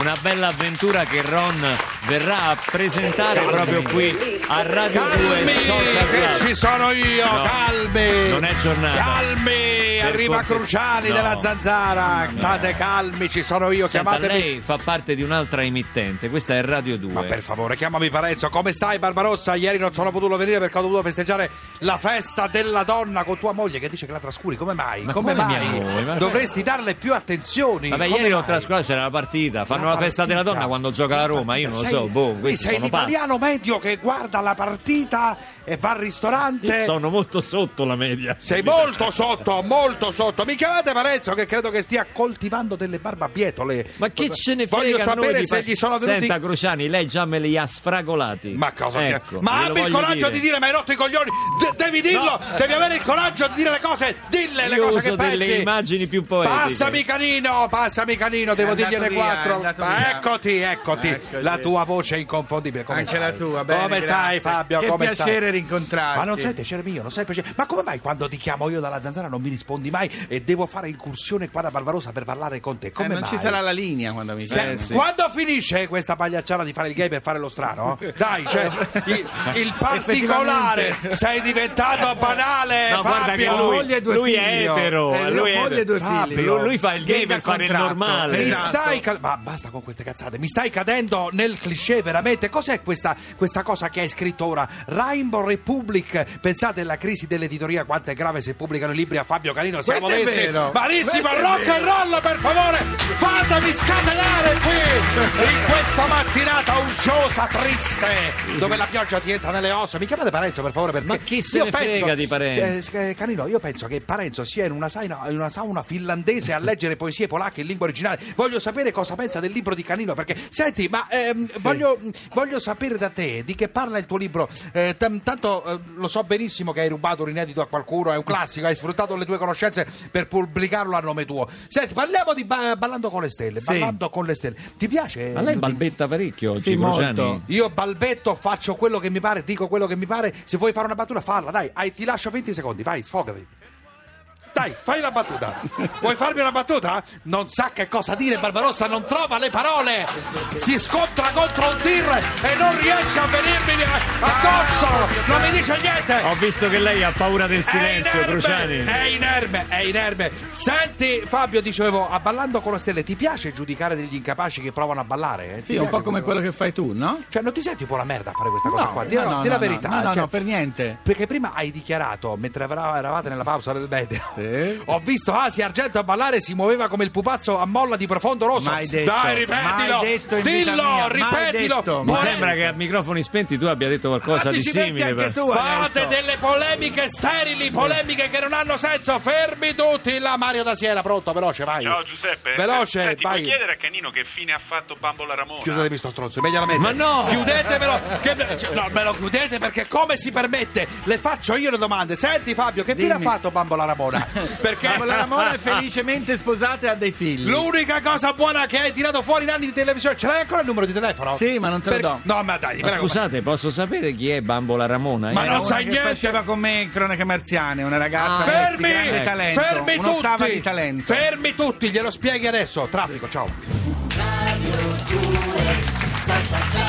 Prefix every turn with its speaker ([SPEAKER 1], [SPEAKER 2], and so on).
[SPEAKER 1] Una bella avventura che Ron verrà a presentare proprio qui a Radio 2 Social
[SPEAKER 2] che
[SPEAKER 1] Club.
[SPEAKER 2] ci sono io,
[SPEAKER 1] No,
[SPEAKER 2] calmi.
[SPEAKER 1] non è giornata.
[SPEAKER 2] Calmi,
[SPEAKER 1] Per
[SPEAKER 2] arriva
[SPEAKER 1] cortesia.
[SPEAKER 2] Cruciani
[SPEAKER 1] No.
[SPEAKER 2] della Zanzara. State calmi, ci sono io,
[SPEAKER 1] Senta,
[SPEAKER 2] chiamatemi.
[SPEAKER 1] lei fa parte di un'altra emittente, questa è Radio 2.
[SPEAKER 2] Ma per favore, chiamami Parenzo. Come stai, Barbarossa? Ieri non sono potuto venire perché ho dovuto festeggiare la festa della donna con tua moglie che dice che la trascuri. Come mai?
[SPEAKER 1] Ma
[SPEAKER 2] come,
[SPEAKER 1] come
[SPEAKER 2] mai?
[SPEAKER 1] mia moglie? Ma-
[SPEAKER 2] Dovresti darle più attenzioni.
[SPEAKER 1] Vabbè,
[SPEAKER 2] Come
[SPEAKER 1] ieri l'ho
[SPEAKER 2] mai?
[SPEAKER 1] trascurato, c'era la partita, fanno la,
[SPEAKER 2] La
[SPEAKER 1] festa della
[SPEAKER 2] partita.
[SPEAKER 1] donna quando gioca la Roma, io non lo
[SPEAKER 2] Sei-
[SPEAKER 1] so, boh, questi
[SPEAKER 2] sei
[SPEAKER 1] sono
[SPEAKER 2] l'italiano medio che guarda la partita e va al ristorante.
[SPEAKER 1] pazzi. Sono molto sotto la media.
[SPEAKER 2] Sei molto sotto, molto sotto. Mi chiamate Parenzo che credo che stia coltivando delle barbabietole.
[SPEAKER 1] Ma che ce ne frega
[SPEAKER 2] Voglio
[SPEAKER 1] a noi
[SPEAKER 2] sapere
[SPEAKER 1] di
[SPEAKER 2] se
[SPEAKER 1] par-
[SPEAKER 2] gli sono venuti.
[SPEAKER 1] Senta Cruciani, lei già me li ha sfragolati.
[SPEAKER 2] Ma cosa
[SPEAKER 1] ecco,
[SPEAKER 2] Ma
[SPEAKER 1] glielo
[SPEAKER 2] abbi il
[SPEAKER 1] voglio
[SPEAKER 2] coraggio di dire, ma hai rotto i coglioni! De- devi dirlo! Devi avere il coraggio di dire le cose! Dille le
[SPEAKER 1] Io
[SPEAKER 2] cose
[SPEAKER 1] uso
[SPEAKER 2] che pensi!
[SPEAKER 1] delle immagini più poetiche.
[SPEAKER 2] Passami canino, passami canino, devo
[SPEAKER 3] andato
[SPEAKER 2] dirgliene
[SPEAKER 3] via, è
[SPEAKER 2] quattro.
[SPEAKER 3] andato
[SPEAKER 2] Ma
[SPEAKER 3] via.
[SPEAKER 2] eccoti, eccoti,
[SPEAKER 3] Eccoci.
[SPEAKER 2] La tua voce è inconfondibile. Come
[SPEAKER 3] Anche
[SPEAKER 2] stai?
[SPEAKER 3] la tua, bene,
[SPEAKER 2] Come stai
[SPEAKER 3] grazie.
[SPEAKER 2] Fabio?
[SPEAKER 3] Che
[SPEAKER 2] come
[SPEAKER 3] piacere
[SPEAKER 2] stai?
[SPEAKER 3] rincontrarti. Eh,
[SPEAKER 2] Ma non sai piacere mio, non sai piacere. Ma come mai quando ti chiamo io dalla zanzara non mi rispondi mai e devo fare incursione qua da Barbarossa per parlare con te? Come
[SPEAKER 3] Eh, non
[SPEAKER 2] mai? Cioè,
[SPEAKER 3] ci sarà la Eh, linea quando mi
[SPEAKER 2] Se-
[SPEAKER 3] chiami.
[SPEAKER 2] Quando finisce questa pagliacciata di fare il gay per fare lo strano? Dai, cioè, il, il particolare
[SPEAKER 3] Effettivamente.
[SPEAKER 2] sei diventato banale,
[SPEAKER 1] No, guarda che
[SPEAKER 2] Fabio.
[SPEAKER 3] moglie
[SPEAKER 1] lui,
[SPEAKER 3] e due
[SPEAKER 1] lui è
[SPEAKER 3] figli, oh.
[SPEAKER 1] etero.
[SPEAKER 3] Eh,
[SPEAKER 1] lui,
[SPEAKER 3] moglie
[SPEAKER 1] è
[SPEAKER 3] e due
[SPEAKER 1] etero.
[SPEAKER 3] figli,
[SPEAKER 1] Lui,
[SPEAKER 3] oh.
[SPEAKER 1] lui fa il gay
[SPEAKER 3] Vieni
[SPEAKER 1] per
[SPEAKER 3] da
[SPEAKER 1] fare il
[SPEAKER 3] contratto.
[SPEAKER 1] normale.
[SPEAKER 2] Mi
[SPEAKER 3] Esatto.
[SPEAKER 2] stai ca- ma basta con queste cazzate, mi stai cadendo nel cliché veramente. Cos'è questa, questa cosa che hai scritto ora? Rainbow Republic, pensate alla crisi dell'editoria, quanto è grave se pubblicano i libri a Fabio Canino. Siamo
[SPEAKER 3] Questo è
[SPEAKER 2] messi
[SPEAKER 3] vero.
[SPEAKER 2] malissimo,
[SPEAKER 3] Questo è
[SPEAKER 2] rock
[SPEAKER 3] vero.
[SPEAKER 2] and roll per favore, fatemi scatenare qui in questa mattinata uggiosa, triste, dove la pioggia ti entra nelle ossa. Mi chiamate Parenzo per favore perché
[SPEAKER 1] Ma chi se
[SPEAKER 2] io
[SPEAKER 1] ne
[SPEAKER 2] penso-
[SPEAKER 1] frega di Parenzo?
[SPEAKER 2] Eh, eh, Canino, io penso che Parenzo sia in una, saina- in una sauna finlandese a leggere poesie polacche in lingua originale. Voglio sapere cosa pensa del libro di Canino, perché senti, ma ehm, voglio, voglio sapere da te di che parla il tuo libro. Eh, tam- tanto eh, lo so benissimo che hai rubato un inedito a qualcuno, è un classico, hai sfruttato le tue conoscenze per pubblicarlo a nome tuo. Senti, parliamo di ba- Ballando con le stelle, Ballando con le stelle. Ti piace?
[SPEAKER 1] Ma lei
[SPEAKER 2] Giudice?
[SPEAKER 1] balbetta parecchio oggi,
[SPEAKER 3] Sì,
[SPEAKER 1] Cruciani.
[SPEAKER 3] molto.
[SPEAKER 2] Io balbetto, faccio quello che mi pare, dico quello che mi pare. Se vuoi fare una battuta, falla, dai. Hai- ti lascio 20 secondi, vai, sfogati. Dai, fai la battuta. Vuoi farmi una battuta? Non sa che cosa dire, Barbarossa non trova le parole. Si scontra contro un tir e non riesce a venirmi addosso. Non mi dice niente.
[SPEAKER 1] Ho visto che lei ha paura del Oh, silenzio,
[SPEAKER 2] è
[SPEAKER 1] Cruciani.
[SPEAKER 2] inerme, è
[SPEAKER 3] Eh,
[SPEAKER 2] inerme, è inerme. Senti, Fabio, dicevo, a Ballando con le Stelle, ti piace giudicare degli incapaci che provano a ballare? Eh?
[SPEAKER 3] Sì, un po' come quello che fai tu, no?
[SPEAKER 2] Cioè, non ti senti un po' la merda a fare questa cosa
[SPEAKER 3] No,
[SPEAKER 2] qua?
[SPEAKER 3] no,
[SPEAKER 2] Dì la-
[SPEAKER 3] no,
[SPEAKER 2] dì la
[SPEAKER 3] no,
[SPEAKER 2] verità.
[SPEAKER 3] no, no,
[SPEAKER 2] cioè,
[SPEAKER 3] no, per niente.
[SPEAKER 2] Perché prima hai dichiarato, mentre era- eravate nella pausa del meteo,
[SPEAKER 3] Sì.
[SPEAKER 2] ho visto Asi Argento a ballare, si muoveva come il pupazzo a molla di profondo rosso.
[SPEAKER 3] Mai detto,
[SPEAKER 2] Dai, ripetilo!
[SPEAKER 3] mai detto in vita
[SPEAKER 2] dillo,
[SPEAKER 3] mia, mai
[SPEAKER 2] ripetilo!
[SPEAKER 3] detto,
[SPEAKER 1] Mi
[SPEAKER 3] Ma-
[SPEAKER 1] sembra che a microfoni spenti tu abbia detto qualcosa
[SPEAKER 3] Ma
[SPEAKER 1] di
[SPEAKER 3] ti ci metti
[SPEAKER 1] simile.
[SPEAKER 3] anche
[SPEAKER 1] però.
[SPEAKER 3] tu.
[SPEAKER 2] Fate
[SPEAKER 3] Alberto.
[SPEAKER 2] delle polemiche sterili, polemiche che non hanno senso. Fermi tutti là, Mario da Siena, pronto, veloce, vai.
[SPEAKER 4] Ciao Giuseppe.
[SPEAKER 2] Veloce,
[SPEAKER 4] Senti,
[SPEAKER 2] vai.
[SPEAKER 4] puoi chiedere a Canino che fine ha fatto Bambola Ramona?
[SPEAKER 2] Chiudetemi sto stronzo, immediatamente.
[SPEAKER 1] Ma no!
[SPEAKER 2] Chiudetemelo! Che, cioè, no, me lo chiudete perché come si permette? Le faccio io le domande. Senti Fabio, che fine ha
[SPEAKER 3] Dimmi.
[SPEAKER 2] fatto Bambola Ramona? Perché
[SPEAKER 3] Ma la Ramona è felicemente sposata e ha dei figli.
[SPEAKER 2] L'unica cosa buona che hai tirato fuori in anni di televisione, ce l'hai ancora il numero di telefono?
[SPEAKER 3] Sì, ma non te lo do.
[SPEAKER 2] No, ma dai,
[SPEAKER 1] Ma
[SPEAKER 2] prego.
[SPEAKER 1] scusate, posso sapere chi è Bambola Ramona?
[SPEAKER 2] Ma
[SPEAKER 1] Eh,
[SPEAKER 3] Era
[SPEAKER 2] non
[SPEAKER 3] una
[SPEAKER 2] sai
[SPEAKER 3] che
[SPEAKER 2] niente. Ah.
[SPEAKER 3] faceva con me in cronache marziane, una ragazza di
[SPEAKER 2] Fermi!
[SPEAKER 3] Ah, grande talento,
[SPEAKER 2] fermi
[SPEAKER 3] un'ottava
[SPEAKER 2] tutti!
[SPEAKER 3] di talento.
[SPEAKER 2] Fermi tutti, glielo spieghi adesso. Traffico, ciao.
[SPEAKER 5] Radio 2 Social Club